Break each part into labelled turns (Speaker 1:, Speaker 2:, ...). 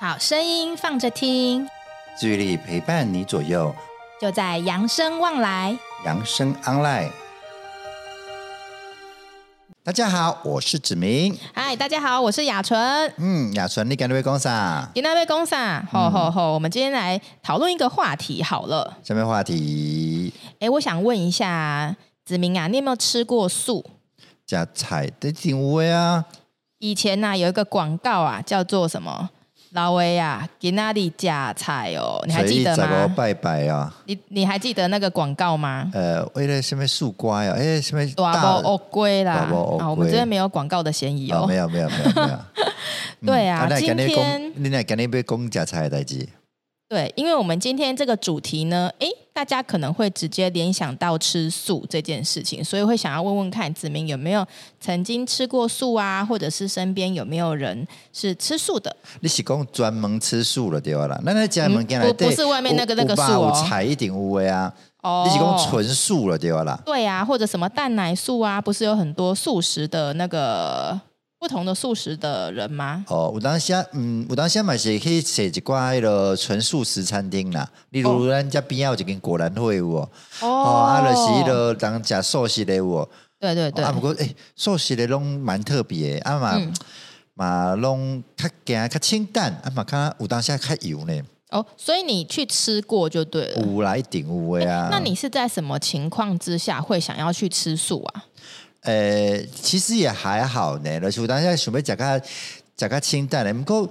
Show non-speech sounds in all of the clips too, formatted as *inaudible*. Speaker 1: 好声音放着听，
Speaker 2: 治愈力陪伴你左右，
Speaker 1: 就在扬声望来。
Speaker 2: 扬声 online。大家好，我是子明。
Speaker 1: 嗨，大家好，我是雅纯。
Speaker 2: 嗯，雅纯，你敢对公啥？
Speaker 1: 给那位公上，吼吼吼！我们今天来讨论一个话题好了。
Speaker 2: 下面话题，
Speaker 1: 哎，我想问一下子明啊，你有没有吃过素？
Speaker 2: 加菜的挺无味啊。
Speaker 1: 以前呢、有一个广告啊，叫做什么？老威啊，给那里加菜哦，你还记得
Speaker 2: 所以十五
Speaker 1: 吗？
Speaker 2: 拜拜啊？
Speaker 1: 你你还记得那个广告吗？
Speaker 2: 呃，为了什么树瓜呀？哎，什么
Speaker 1: 大包哦龟啦
Speaker 2: 大包乌，龟
Speaker 1: 啊，我们这边没有广告的嫌疑
Speaker 2: 哦，
Speaker 1: 哦
Speaker 2: 没。有没有没有没
Speaker 1: *laughs*
Speaker 2: 有。嗯
Speaker 1: 对啊
Speaker 2: 那你
Speaker 1: 今
Speaker 2: 敢对
Speaker 1: 天
Speaker 2: 公，你那敢对被公加菜的代志？
Speaker 1: 对，因为我们今天这个主题呢，诶，大家可能会直接联想到吃素这件事情，所以会想要问问看子明有没有曾经吃过素啊，或者是身边有没有人是吃素的？
Speaker 2: 你是讲专门吃素了对吧啦？那那家门进来
Speaker 1: 嗯不不是外面那个那个素哦
Speaker 2: 菜一定有的啊。
Speaker 1: 哦
Speaker 2: 你是讲纯素了对吧啦？
Speaker 1: 对啊，或者什么蛋奶素啊，不是有很多素食的那个不同的素食的人吗？
Speaker 2: 哦，有当下嗯，有当下嘛是可以找一寡迄落纯素食餐厅啦，例如咱遮边仔有一间果然会有哦，
Speaker 1: 哦，
Speaker 2: 哦啊就是迄落人食素食的有哦，
Speaker 1: 对对嗯对，
Speaker 2: 啊不过诶素食的拢蛮特别的，啊嘛嘛拢较咸较清淡，啊嘛较有当下较油呢，
Speaker 1: 哦，所以你去吃过就对了。
Speaker 2: 有啦一定有的啊。
Speaker 1: 那你是在什么情况之下会想要去吃素啊？
Speaker 2: 呃，其实也还好呢，就是有当下想要食较食较清淡的，毋过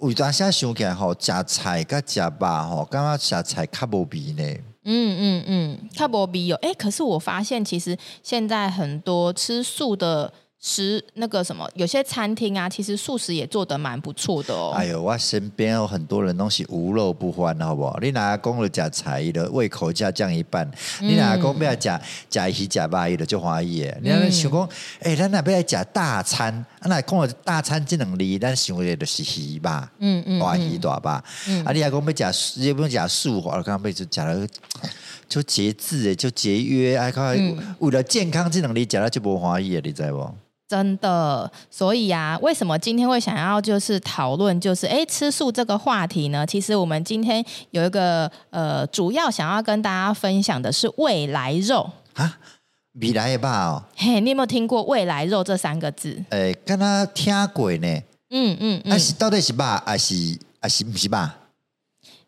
Speaker 2: 有当下想起来吼，食菜甲食肉吼，感觉食菜较无味呢。
Speaker 1: 嗯嗯嗯，看博比有哎，可是我发现其实现在很多吃素的食那个什么，有些餐厅啊，其实素食也做得蛮不错的哦。
Speaker 2: 哎呦，我身边有很多人都是无肉不欢，好不好？你哪讲了食菜伊的胃口加降一半，你哪讲要食食鱼食肉伊的就欢喜的。你若想讲，哎、咱若要来食大餐，啊，若讲了大餐即两字，咱想的就是鱼吧，
Speaker 1: 嗯嗯
Speaker 2: 大鱼大肉。啊，你若讲要食，你不讲食素，我刚刚要就食了。就节制的，就节约，哎，看、
Speaker 1: 嗯
Speaker 2: 为了健康即两字食了就无欢喜的，你知无？
Speaker 1: 真的，所以啊，为什么今天会想要就是讨论就是哎吃素这个话题呢？其实我们今天有一个呃，主要想要跟大家分享的是未来肉。
Speaker 2: 未来的肉哦，
Speaker 1: 嘿，你有没有听过“未来肉”这三个字？
Speaker 2: 诶、敢若听过呢。
Speaker 1: 嗯嗯
Speaker 2: 啊
Speaker 1: 嗯，
Speaker 2: 是到底是肉还是还是不是肉？啊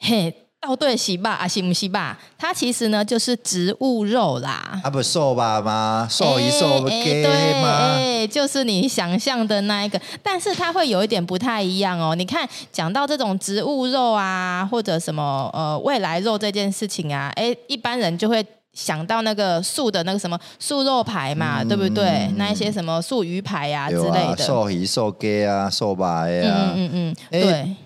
Speaker 1: 嘿，到对洗吧啊，洗不洗吧？它其实呢就是植物肉啦。
Speaker 2: 啊不瘦吧吗？瘦一瘦不
Speaker 1: 哎哎
Speaker 2: 给
Speaker 1: 对，
Speaker 2: 吗？
Speaker 1: 哎就是你想象的那一个，但是它会有一点不太一样哦。你看，讲到这种植物肉啊，或者什么呃未来肉这件事情啊，哎，一般人就会。想到那个素的那个什么素肉排嘛，对不对？那一些什么素鱼排呀、啊、之
Speaker 2: 对
Speaker 1: 类
Speaker 2: 嗯啊，
Speaker 1: 的，
Speaker 2: 瘦鱼瘦鸡啊，瘦肉的
Speaker 1: 嗯
Speaker 2: 啊，
Speaker 1: 嗯嗯，
Speaker 2: 哎
Speaker 1: 对。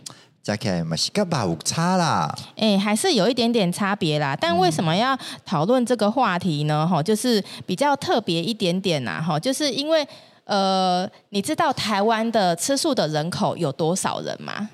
Speaker 2: 食起来嘛是跟肉有差啦。
Speaker 1: 哎、还是有一点点差别啦。但为什么
Speaker 2: 嗯
Speaker 1: 要讨论这个话题呢？哈，就是比较特别一点点啦。哈，就是因为呃，你知道台湾的吃素的人口有多少人吗？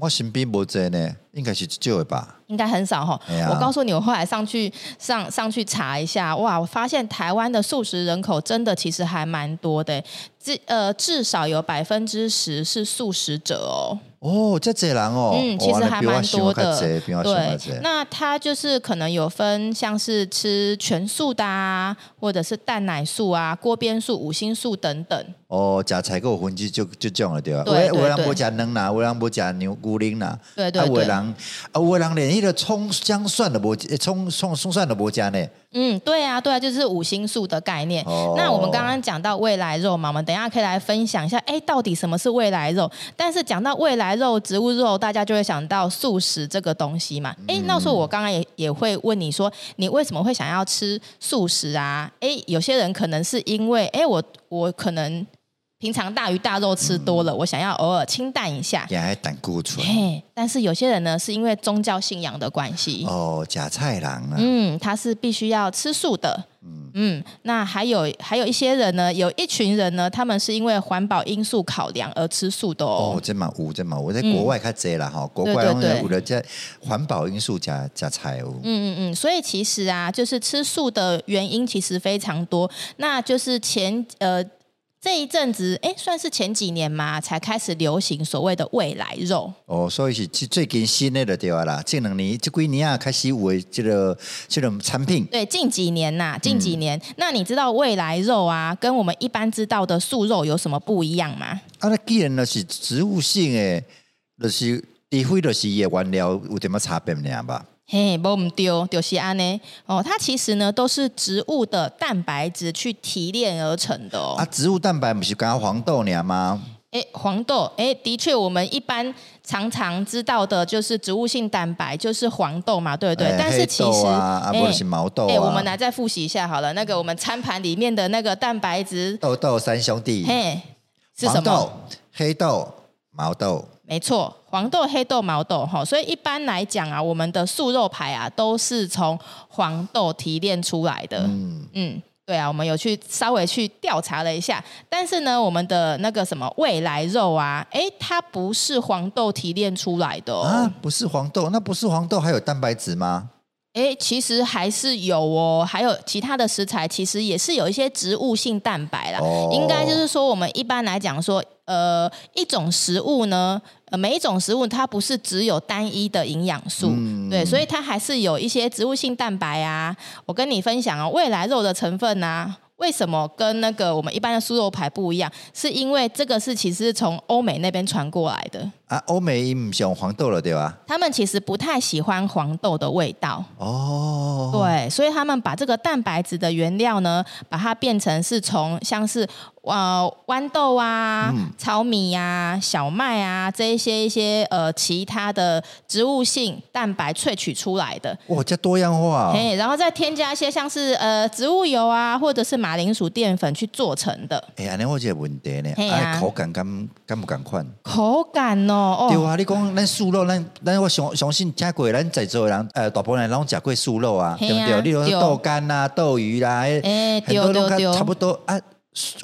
Speaker 2: 我身边无济呢，应该是少的吧。
Speaker 1: 应该很少哈
Speaker 2: 哎。呀
Speaker 1: 我告诉你，我后来上去上上去查一下，哇，我发现台湾的素食人口真的其实还蛮多的，至呃至少有百分之十是素食者哦。
Speaker 2: 哦，这济人哦，
Speaker 1: 嗯，其
Speaker 2: 哦
Speaker 1: 实
Speaker 2: 那
Speaker 1: 还
Speaker 2: 比我
Speaker 1: 蛮
Speaker 2: 想
Speaker 1: 多
Speaker 2: 较
Speaker 1: 的。
Speaker 2: 济比我想较济
Speaker 1: 对，那它就是可能有分，像是吃全素的啊，或者是蛋奶素啊、锅边素、五星素等等。
Speaker 2: 哦，食菜还有分就就就种了对啊。有
Speaker 1: 对
Speaker 2: 的有的
Speaker 1: 对
Speaker 2: 人
Speaker 1: 对
Speaker 2: 无食卵啦，有的人无食牛牛奶啦，
Speaker 1: 对对
Speaker 2: 啊有的
Speaker 1: 对
Speaker 2: 人啊有的人连迄个葱姜蒜都无，诶葱葱葱蒜都无食呢。
Speaker 1: 嗯，对啊，对啊，就是五星素的概念。
Speaker 2: 哦
Speaker 1: 那我们刚刚讲到未来肉嘛，我们等一下可以来分享一下，哎，到底什么是未来肉？但是讲到未来肉、植物肉，大家就会想到素食这个东西嘛。哎，那时候我刚刚也也会问你说，你为什么会想要吃素食啊？哎，有些人可能是因为，哎，我我可能平常大鱼大肉吃多了，我想要偶尔清淡一下。
Speaker 2: 也还胆固醇。
Speaker 1: 嘿，但是有些人呢，是因为宗教信仰的关系。
Speaker 2: 哦，假菜郎啊，
Speaker 1: 嗯，他是必须要吃素的。嗯那还有还有一些人呢，有一群人呢，他们是因为环保因素考量而吃素的哦。
Speaker 2: 哦，真嘛有，真嘛有，我在国外较济啦吼，国外
Speaker 1: 嗯对对
Speaker 2: 拢有
Speaker 1: 对
Speaker 2: 有了这环保因素加加菜哦。
Speaker 1: 嗯嗯嗯，所以其实啊，就是吃素的原因其实非常多，那就是前呃。这一阵子，哎，算是前几年嘛，才开始流行所谓的未来肉。
Speaker 2: 哦，所以是最最近新的就对啊啦，这两年这几年啊开始有的这个这种产品，
Speaker 1: 对，近几年呐、近几年，那你知道未来肉啊，跟我们一般知道的素肉有什么不一样吗？
Speaker 2: 啊，那既然那是植物性的，就是除非就是它的原料有点么差别尔吧。
Speaker 1: 嘿，不唔丢丢西安呢？哦，它其实呢都是植物的蛋白质去提炼而成的哦。
Speaker 2: 啊，植物蛋白不是讲黄豆尔吗？
Speaker 1: 哎、黄豆，哎、的确，我们一般常常知道的就是植物性蛋白，就是黄豆嘛，对不对？
Speaker 2: 哎
Speaker 1: 但是
Speaker 2: 黑
Speaker 1: 其
Speaker 2: 豆
Speaker 1: 实，
Speaker 2: 啊，啊，
Speaker 1: 哎
Speaker 2: 不是毛豆
Speaker 1: 哎、
Speaker 2: 啊，
Speaker 1: 我们来再复习一下好了。那个我们餐盘里面的那个蛋白质，
Speaker 2: 豆豆三兄弟，
Speaker 1: 嘿，是什
Speaker 2: 黄
Speaker 1: 么
Speaker 2: 豆？、黑豆、毛豆。
Speaker 1: 没错，黄豆、黑豆、毛豆哈，所以一般来讲啊，我们的素肉排啊都是从黄豆提炼出来的。嗯对啊，我们有去稍微去调查了一下，但是呢，我们的那个什么未来肉啊，诶，它不是黄豆提炼出来的、哦
Speaker 2: 啊。，不是黄豆，那不是黄豆还有蛋白质吗？
Speaker 1: 诶，其实还是有哦，还有其他的食材，其实也是有一些植物性蛋白啦。
Speaker 2: 哦
Speaker 1: 应该就是说，我们一般来讲说，呃，一种食物呢，呃，每一种食物它不是只有单一的营养素，对，所以它还是有一些植物性蛋白啊。我跟你分享哦，未来肉的成分啊。为什么跟那个我们一般的酥肉排不一样？是因为这个是其实是从欧美那边传过来的，
Speaker 2: 啊，欧美伊唔用黄豆了，对吧？
Speaker 1: 他们其实不太喜欢黄豆的味道。
Speaker 2: 哦，
Speaker 1: 对，所以他们把这个蛋白质的原料呢，把它变成是从像是呃豌豆啊、糙米呀、小麦啊这一些一些呃其他的植物性蛋白萃取出来的。
Speaker 2: 哇，这多样化、哦，
Speaker 1: 哎、然后再添加一些像是呃植物油啊，或者是马铃薯淀粉去做成的
Speaker 2: 哎、安尼我有一个问题呢，
Speaker 1: 嘿啊
Speaker 2: 啊，口感敢敢不敢款？
Speaker 1: 口感哦，哦，
Speaker 2: 对啊，你讲咱素肉，咱咱我相相信吃过的咱在座的人，呃，大部分人拢食过素肉啊，
Speaker 1: 嘿
Speaker 2: 对
Speaker 1: 啊
Speaker 2: 不对？你如
Speaker 1: 对
Speaker 2: 说豆干啦、豆鱼啦，
Speaker 1: 哎
Speaker 2: 哎，很多
Speaker 1: 对
Speaker 2: 都
Speaker 1: 对对
Speaker 2: 差不多啊。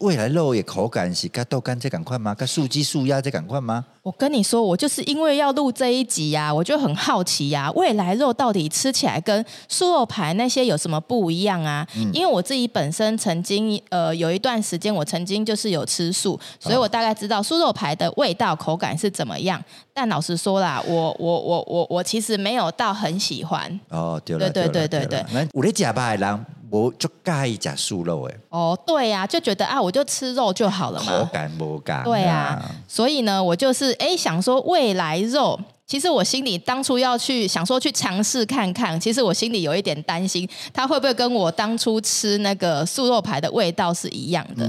Speaker 2: 未来肉的口感是跟豆干这赶快吗？跟素鸡、素鸭这赶快吗？
Speaker 1: 我跟你说，我就是因为要录这一集呀、我就很好奇呀、未来肉到底吃起来跟素肉排那些有什么不一样啊？因为我自己本身曾经呃有一段时间，我曾经就是有吃素，所以我大概知道素肉排的味道、口感是怎么样。但老实说啦，我我我我我其实没有到很喜欢
Speaker 2: 哦，对了，
Speaker 1: 对对
Speaker 2: 了
Speaker 1: 对对
Speaker 2: 了咱有咧食肉的人，无足介意食素肉的，
Speaker 1: 哦。对呀、就觉得啊，我就吃肉就好了
Speaker 2: 口
Speaker 1: 嘛。
Speaker 2: 感无
Speaker 1: *laughs*
Speaker 2: 共。
Speaker 1: 对啊，所以呢，我就是哎想说未来肉，其实我心里当初要去想说去尝试看看，其实我心里有一点担心，它会不会跟我当初吃那个素肉排的味道是一样的。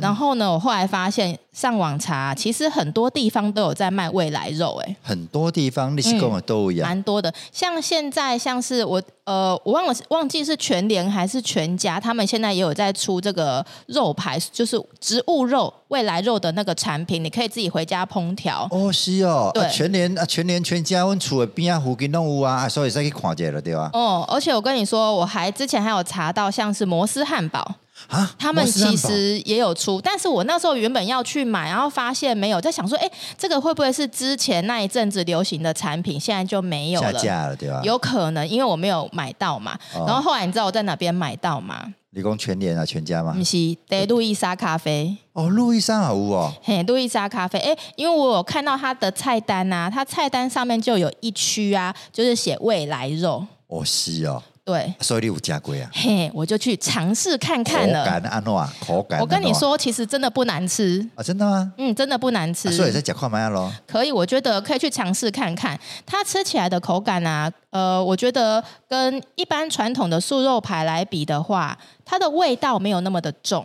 Speaker 1: 然后呢，我后来发现上网查，其实很多地方都有在卖未来肉、诶
Speaker 2: 很多地方你是讲的都一样。
Speaker 1: 蛮多的。像现在像是我呃，我忘了是忘记是全联还是全家，他们现在也有在出这个肉排，就是植物肉、未来肉的那个产品，你可以自己回家烹调。
Speaker 2: 哦，是哦，
Speaker 1: 对
Speaker 2: 啊、全年啊，全年全家，阮厝的边啊附近拢有啊，啊所以再去看一下了，对啊吧？
Speaker 1: 哦，而且我跟你说，我还之前还有查到，像是摩斯汉堡，
Speaker 2: 啊，
Speaker 1: 他们
Speaker 2: 摩斯汉
Speaker 1: 其
Speaker 2: 堡
Speaker 1: 实也有出，但是我那时候原本要去买，然后发现没有，在想说，哎，这个会不会是之前那一阵子流行的产品，现在就没有
Speaker 2: 下
Speaker 1: 了？
Speaker 2: 架了，对吧？
Speaker 1: 有可能，因为我没有买到嘛。
Speaker 2: 哦
Speaker 1: 然后后来你知道我在哪边买到吗？
Speaker 2: 你讲全年啊，全家吗
Speaker 1: 不？是，对，路易莎咖啡，
Speaker 2: 哦，路易莎也有哦，
Speaker 1: 嘿，路易莎咖啡，哎，因为我有看到它的菜单啊，它菜单上面就有一区啊，就是写未来肉，
Speaker 2: 哦是哦，
Speaker 1: 对，
Speaker 2: 所以你有食过啊？
Speaker 1: 嘿，我就去尝试看
Speaker 2: 口
Speaker 1: 看了。
Speaker 2: 感安怎啊？口感
Speaker 1: 我跟你
Speaker 2: 安怎啊
Speaker 1: 说，其实真的不难吃，
Speaker 2: 啊，真的吗？
Speaker 1: 嗯，真的不难吃。
Speaker 2: 啊所以再食看卖咯。
Speaker 1: 可以，我觉得可以去尝试看看。它吃起来的口感啊，呃，我觉得跟一般传统的素肉排来比的话，它的味道没有那么的
Speaker 2: 啊
Speaker 1: 重。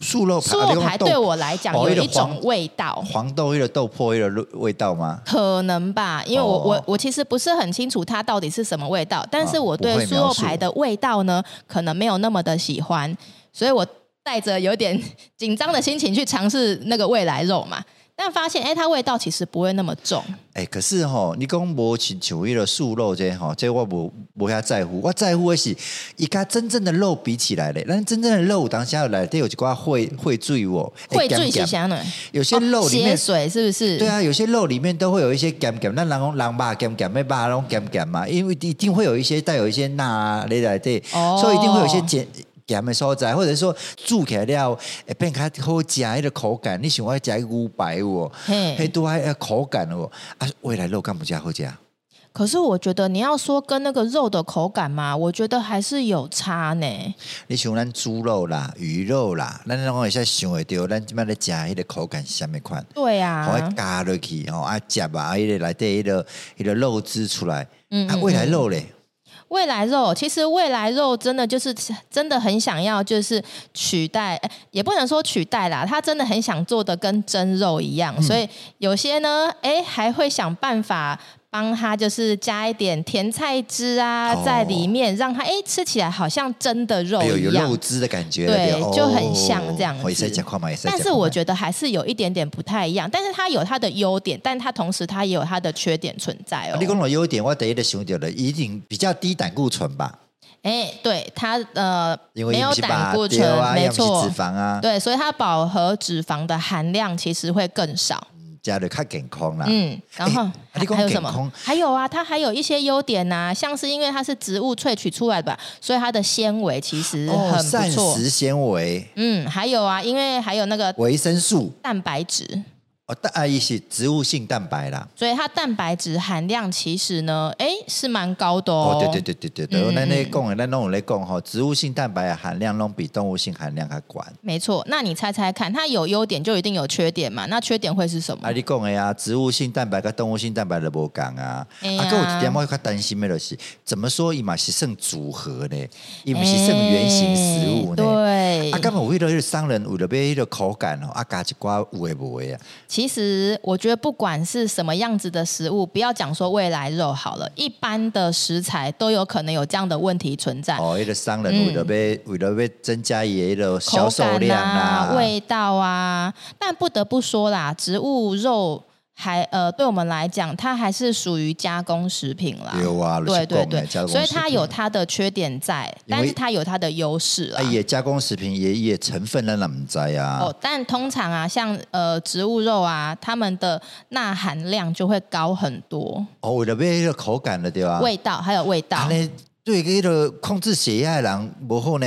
Speaker 2: 素肉排，
Speaker 1: 素
Speaker 2: 啊你
Speaker 1: 肉
Speaker 2: 讲
Speaker 1: 排
Speaker 2: 豆
Speaker 1: 对我来讲
Speaker 2: 哦
Speaker 1: 有
Speaker 2: 那个
Speaker 1: 一种
Speaker 2: 黄
Speaker 1: 味道。
Speaker 2: 黄豆迄个豆粕迄个味道吗？
Speaker 1: 可能吧，因为我、
Speaker 2: 哦
Speaker 1: 我我其实不是很清楚它到底是什么味道，但是我
Speaker 2: 不
Speaker 1: 对
Speaker 2: 会
Speaker 1: 素
Speaker 2: 描
Speaker 1: 肉
Speaker 2: 述
Speaker 1: 排的味道呢，可能没有那么的喜欢，所以我带着有点紧张的心情去尝试那个未来肉嘛，但发现哎、它味道其实不会那么重，
Speaker 2: 哎、可是吼、你讲无亲像迄个素肉这吼、这我无无遐在乎，我在乎的是伊甲真正的肉比起来咧，咱真正的肉有当下内底有一寡会会醉哦，
Speaker 1: 会
Speaker 2: 咸
Speaker 1: 最
Speaker 2: 咸
Speaker 1: 是哦香的。
Speaker 2: 有些肉里
Speaker 1: 血
Speaker 2: 面。
Speaker 1: 水是不是？
Speaker 2: 对啊，有些肉里面都会有一些咸咸，那人讲人肉咸咸，咩肉拢咸咸嘛，因为一定会有一些带有一些钠啊，你来对，
Speaker 1: 哦
Speaker 2: 所以一定会有一些碱咸的所在，或者说煮起来了会变较好食迄个口感。你想要食牛排有无？
Speaker 1: 嘿
Speaker 2: 迄拄迄口感有无？啊，未来肉干不加好食。
Speaker 1: 可是我觉得你要说跟那个肉的口感嘛，我觉得还是有差呢。
Speaker 2: 你想咱猪肉啦、鱼肉啦，咱拢会使想会到，咱即摆咧食迄个口感是啥物款？
Speaker 1: 对
Speaker 2: 互伊
Speaker 1: 啊，
Speaker 2: 加落去吼，啊食啊，迄个内底迄个迄个肉汁出来，
Speaker 1: 嗯
Speaker 2: 啊
Speaker 1: 嗯
Speaker 2: 未来肉咧，
Speaker 1: 未来肉其实未来肉真的就是真的很想要，就是取代，呃也不能说取代啦，他真的很想做的跟真肉一样，
Speaker 2: 嗯
Speaker 1: 所以有些呢，哎，还会想办法。帮他就是加一点甜菜汁啊，
Speaker 2: 哦
Speaker 1: 在里面让他哎吃起来好像真的肉
Speaker 2: 哎呦有
Speaker 1: 一样，
Speaker 2: 肉汁的感觉了，
Speaker 1: 对
Speaker 2: 哦
Speaker 1: 就很像这样
Speaker 2: 哦也是
Speaker 1: 子
Speaker 2: 食看嘛，也是。
Speaker 1: 但是我觉得还是有一点点不太一样，但是它有它的优点，但它同时它也有它的缺点存在哦
Speaker 2: 啊。你讲到优点，我第一个想到的一定比较低胆固醇吧，
Speaker 1: 哎、对它呃
Speaker 2: 因为
Speaker 1: 没
Speaker 2: 伊
Speaker 1: 有
Speaker 2: 不是
Speaker 1: 胆
Speaker 2: 吧
Speaker 1: 固
Speaker 2: 对
Speaker 1: 醇，
Speaker 2: 啊，
Speaker 1: 没
Speaker 2: 要不
Speaker 1: 错
Speaker 2: 是脂，肪啊，
Speaker 1: 对，所以它饱和脂肪的含量其实会更少。
Speaker 2: 食着较健康啦。
Speaker 1: 嗯，然后
Speaker 2: 哎啊
Speaker 1: 还
Speaker 2: 你讲
Speaker 1: 还有什
Speaker 2: 健
Speaker 1: 么
Speaker 2: 康？
Speaker 1: 还有啊，它还有一些优点呐、像是因为它是植物萃取出来的吧，所以它的纤维其实
Speaker 2: 哦，
Speaker 1: 很
Speaker 2: 膳
Speaker 1: 不错。
Speaker 2: 食纤维、
Speaker 1: 嗯，还有啊，因为还有那个
Speaker 2: 维生素，
Speaker 1: 蛋白质。
Speaker 2: 哦，蛋啊，伊是植物性蛋白啦。
Speaker 1: 所以它蛋白质含量其实呢，哎，是蛮高的哦。
Speaker 2: 哦，对对对对对
Speaker 1: 嗯
Speaker 2: 对，
Speaker 1: 嗯
Speaker 2: 咱咧讲的，咱拢有咧讲吼，植物性蛋白的含量拢比动物性含量较悬。
Speaker 1: 没错。那你猜猜看，它有优点就一定有缺点嘛？那缺点会是什么？
Speaker 2: 啊，你讲的啊，植物性蛋白跟动物性蛋白都无共啊。
Speaker 1: 哎
Speaker 2: 啊，
Speaker 1: 呀
Speaker 2: 还有一点我较担心的就是，怎么说伊嘛是算组合呢，伊毋是算原型食物呢。
Speaker 1: 哎对，
Speaker 2: 啊，根本有迄个迄个商人为了买迄个口感哦，啊加一寡有诶无诶啊，
Speaker 1: 其实我觉得不管是什么样子的食物，不要讲说未来肉好了，一般的食材都有可能有这样的问题存在。
Speaker 2: 哦，迄个商人
Speaker 1: 嗯
Speaker 2: 为了要为了要增加伊诶迄个销
Speaker 1: 口
Speaker 2: 售
Speaker 1: 感
Speaker 2: 量
Speaker 1: 啊、
Speaker 2: 啦，
Speaker 1: 味道啊。但不得不说啦，植物肉还呃，对我们来讲，它还是属于加工食品啦。
Speaker 2: 对啊就
Speaker 1: 对
Speaker 2: 是
Speaker 1: 对
Speaker 2: 讲的加
Speaker 1: 对，
Speaker 2: 工
Speaker 1: 所以它
Speaker 2: 食品啊
Speaker 1: 有它的缺点在，
Speaker 2: 因为
Speaker 1: 但是它有它的优势啦
Speaker 2: 啊，。伊诶加工食品也也成分咱也毋知啊。
Speaker 1: 哦，但通常啊，像呃植物肉啊，它们的钠含量就会高很多，
Speaker 2: 哦，为了买迄个口感的对吧？
Speaker 1: 味道还有味道
Speaker 2: 安。尼对迄个控制血压的人无好呢。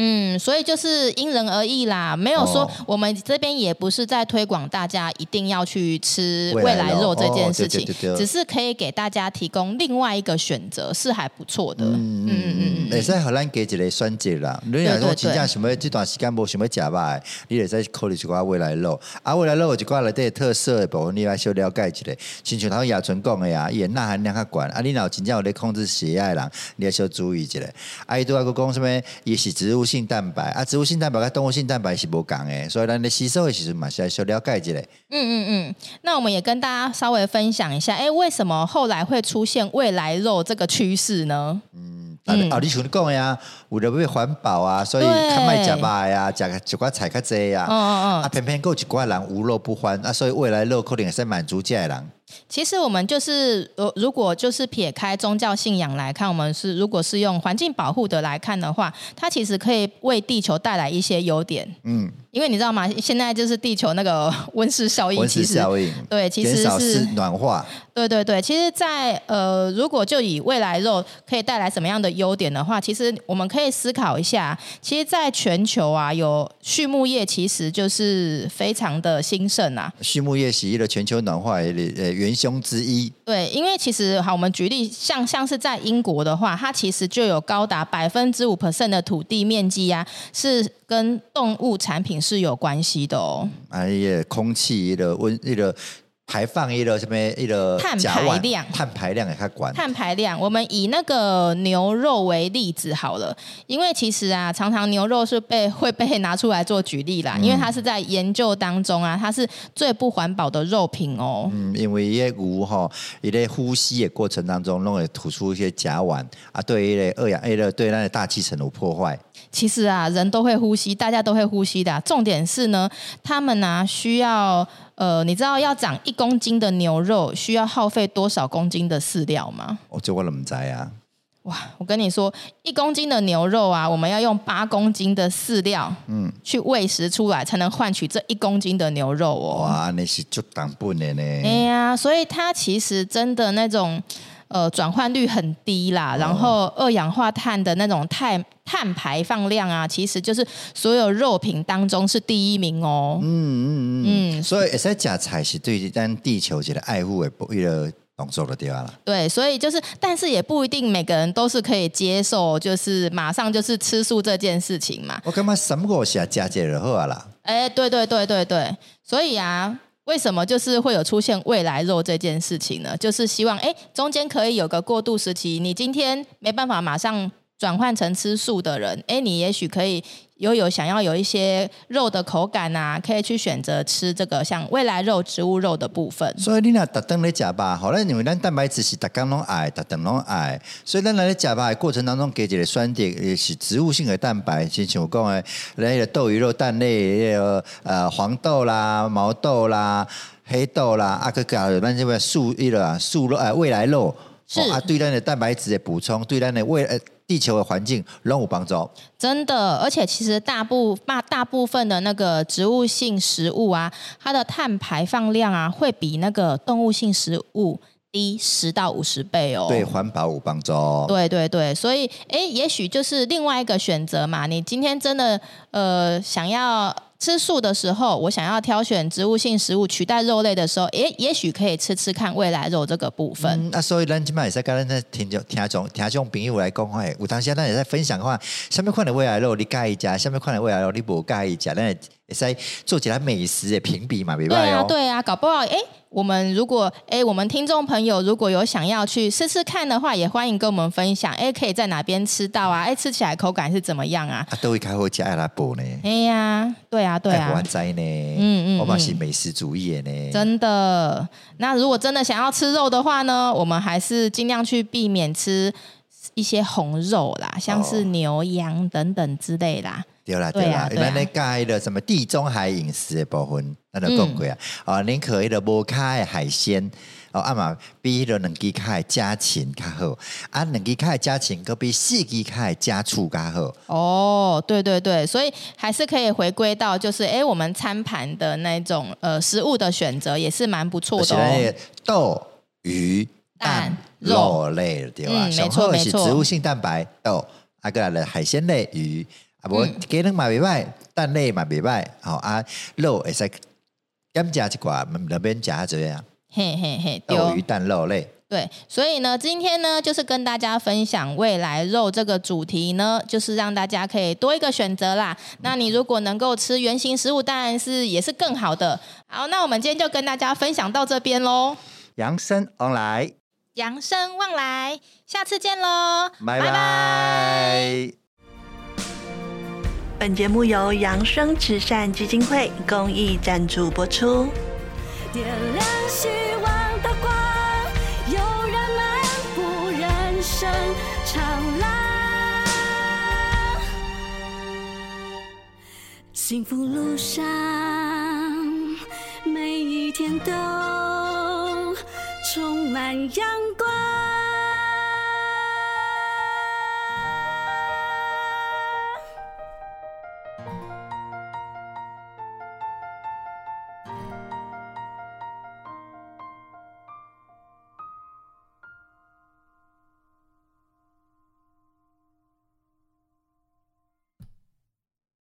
Speaker 1: 嗯，所以就是因人而异啦，没有说
Speaker 2: 哦
Speaker 1: 我们这边也不是在推广大家一定要去吃
Speaker 2: 未
Speaker 1: 未来
Speaker 2: 来肉
Speaker 1: 肉这件
Speaker 2: 哦
Speaker 1: 事
Speaker 2: 对
Speaker 1: 情
Speaker 2: 对对对，
Speaker 1: 只是可以给大家提供另外一个选择，是还不错的。嗯嗯嗯，
Speaker 2: 会使互咱加一个选择啦。你若
Speaker 1: 对
Speaker 2: 讲
Speaker 1: 对
Speaker 2: 真正想要即段时间无想要食肉的，你会使考虑一寡未来肉。啊，未来肉有一寡内底的特色的部分，你要小了解一下。亲像头亚纯讲的啊，伊的钠含量较悬，啊，你若有真正有咧控制血压的人，你要小注意一下。啊，伊拄仔佫讲什物，伊是植物性蛋白，啊，植物性蛋白甲动物性蛋白是无共的，所以咱咧吸收的时阵嘛是要小了解一下。
Speaker 1: 嗯嗯嗯，那我们也跟大家稍微分享一下，哎，为什么后来会出现未来肉这个趋势呢？
Speaker 2: 啊，啊！你像你讲的啊，为了要环保啊，所以
Speaker 1: 对
Speaker 2: 较卖食肉的啊，食一寡菜较济啊。
Speaker 1: 嗯嗯
Speaker 2: 啊，偏偏够一寡人无肉不欢啊，所以未来肉可能会使满足这些人。
Speaker 1: 其实我们就是，呃，如果就是撇开宗教信仰来看，我们是如果是用环境保护的来看的话，它其实可以为地球带来一些优点。
Speaker 2: 嗯，
Speaker 1: 因为你知道吗？现在就是地球那个温室效应，
Speaker 2: 温
Speaker 1: 其
Speaker 2: 室
Speaker 1: 实
Speaker 2: 效应，
Speaker 1: 对其实
Speaker 2: 减少
Speaker 1: 是
Speaker 2: 是暖化。
Speaker 1: 对对对，其实在，呃，如果就以未来肉可以带来什么样的优点的话，其实我们可以思考一下。其实，在全球啊，有畜牧业其实就是非常的兴盛啊。
Speaker 2: 畜牧业是一个全球暖化的呃元凶之一。
Speaker 1: 对，因为其实好，我们举例，像像是在英国的话，它其实就有高达百分之五 percent 的土地面积啊，是跟动物产品是有关系的哦。
Speaker 2: 啊，迄个空气迄个温迄个排放迄个什么迄个
Speaker 1: 碳排
Speaker 2: 甲烷
Speaker 1: 量
Speaker 2: 碳排量也较悬。
Speaker 1: 碳排量，我们以那个牛肉为例子好了，因为其实啊，常常牛肉是被会被拿出来做举例啦，因为它是在研究当中啊，它是最不环保的肉品哦。
Speaker 2: 嗯，因为伊个牛吼，伊咧呼吸的过程当中，拢会吐出一些甲烷啊，对伊个二氧，迄个对咱的大气层有破坏。
Speaker 1: 其实啊，人都会呼吸，大家都会呼吸的啊、重点是呢，他们呢、需要呃，你知道要长一公斤的牛肉需要耗费多少公斤的饲料吗？
Speaker 2: 哦，这我都毋知啊。
Speaker 1: 哇，我跟你说，一公斤的牛肉啊，我们要用八公斤的饲料，嗯，去喂食出来，才能换取这一公斤的牛肉哦。
Speaker 2: 哇，安尼是足重本的呢。
Speaker 1: 哎呀，所以它其实真的那种。呃转换率很低啦，然后二氧化碳的那种碳碳排放量啊，其实就是所有肉品当中是第一名哦。
Speaker 2: 嗯嗯嗯，
Speaker 1: 嗯
Speaker 2: 所以会使食菜是对咱地球一个爱护的一个动作就对啊啦。
Speaker 1: 对，所以就是，但是也不一定每个人都是可以接受，就是马上就是吃素这件事情嘛。
Speaker 2: 我感觉什么是食食者就好啊啦，
Speaker 1: 哎，对对对对对，所以啊，为什么就是会有出现未来肉这件事情呢？就是希望哎，中间可以有个过渡时期，你今天没办法马上转换成吃素的人，哎，你也许可以有有想要有一些肉的口感啊，可以去选择吃这个像未来肉、植物肉的部分。
Speaker 2: 所以你若特登咧食肉，好咱因为咱蛋白质是逐工拢爱，逐顿拢爱，所以咱来食肉的过程当中，加一个选择也是植物性的蛋白，亲像我讲的，咱迄个豆鱼肉蛋类，迄、个呃黄豆啦、毛豆啦、黑豆啦，啊个加咱这个素迄个啊素肉呃未来肉，
Speaker 1: 是
Speaker 2: 啊对咱的蛋白质的补充，对咱的未呃地球的环境拢有帮助。
Speaker 1: 真的，而且其实大部大大部分的那个植物性食物啊，它的碳排放量啊，会比那个动物性食物低十到五十倍哦。
Speaker 2: 对环保有帮助。
Speaker 1: 对对对，所以诶，也许就是另外一个选择嘛。你今天真的呃想要吃素的时候，我想要挑选植物性食物取代肉类的时候，诶，也许可以吃吃看未来肉这个部分。
Speaker 2: 嗯，啊，所以咱即摆会使甲咱的听众、听众、听众朋友来讲话，有当时咱会使分享看，什物款的未来肉你介意食，什物款的未来肉你无介意食，咱会会使做一下美食的评比嘛，袂歹
Speaker 1: 对啊
Speaker 2: 哦。，
Speaker 1: 对啊，搞不好诶，我们如果诶，我们听众朋友如果有想要去试试看的话，也欢迎跟我们分享。诶，可以在哪边吃到啊？诶，吃起来口感是怎么样啊？
Speaker 2: 啊，都会较好食阿拉伯呢，
Speaker 1: 哎呀，对啊，对
Speaker 2: 爱
Speaker 1: 啊
Speaker 2: 我。知呢，
Speaker 1: 嗯嗯
Speaker 2: 我嘛是美食主义的呢。
Speaker 1: 真的。那如果真的想要吃肉的话呢，我们还是尽量去避免吃一些红肉啦，像
Speaker 2: 哦
Speaker 1: 是牛羊等等之类啦。
Speaker 2: 对啦，
Speaker 1: 对
Speaker 2: 对啦
Speaker 1: 啊，对啊
Speaker 2: 咱咧介迄个什么地中海饮食的部分，咱就讲过啊。
Speaker 1: 嗯
Speaker 2: 啊，恁可迄个无卡的海鲜，哦，啊嘛比迄个两支卡的家禽较好，啊，两支卡的家禽搁比四支卡的家畜较好。
Speaker 1: 哦，对对对，所以还是可以回归到就是，哎，我们餐盘的那种呃食物的选择也是蛮不错
Speaker 2: 而
Speaker 1: 的哦。
Speaker 2: 且咱的豆、鱼、蛋
Speaker 1: 蛋、
Speaker 2: 肉类对吧？
Speaker 1: 嗯
Speaker 2: 上
Speaker 1: 没错
Speaker 2: 好的是
Speaker 1: 没错
Speaker 2: 植物性蛋白豆，啊个来了海鲜类鱼，啊无
Speaker 1: 嗯
Speaker 2: 鸡卵嘛袂歹，蛋类嘛袂歹，好啊肉会使减食一寡，两边食啊这样
Speaker 1: 嘿嘿嘿，对
Speaker 2: 豆鱼蛋肉类。
Speaker 1: 对，所以呢，今天呢，就是跟大家分享未来肉这个主题呢，就是让大家可以多一个选择啦。那你如果能够吃原型食物，当然是也是更好的。好，那我们今天就跟大家分享到这边喽，
Speaker 2: 养生 online，
Speaker 1: 扬生望来，下次见喽，
Speaker 2: 拜拜。
Speaker 3: 本节目由扬生慈善基金会公益赞助播出。
Speaker 4: 点亮希望的光，有人漫步人生长廊，幸福路上每一天都充满阳光。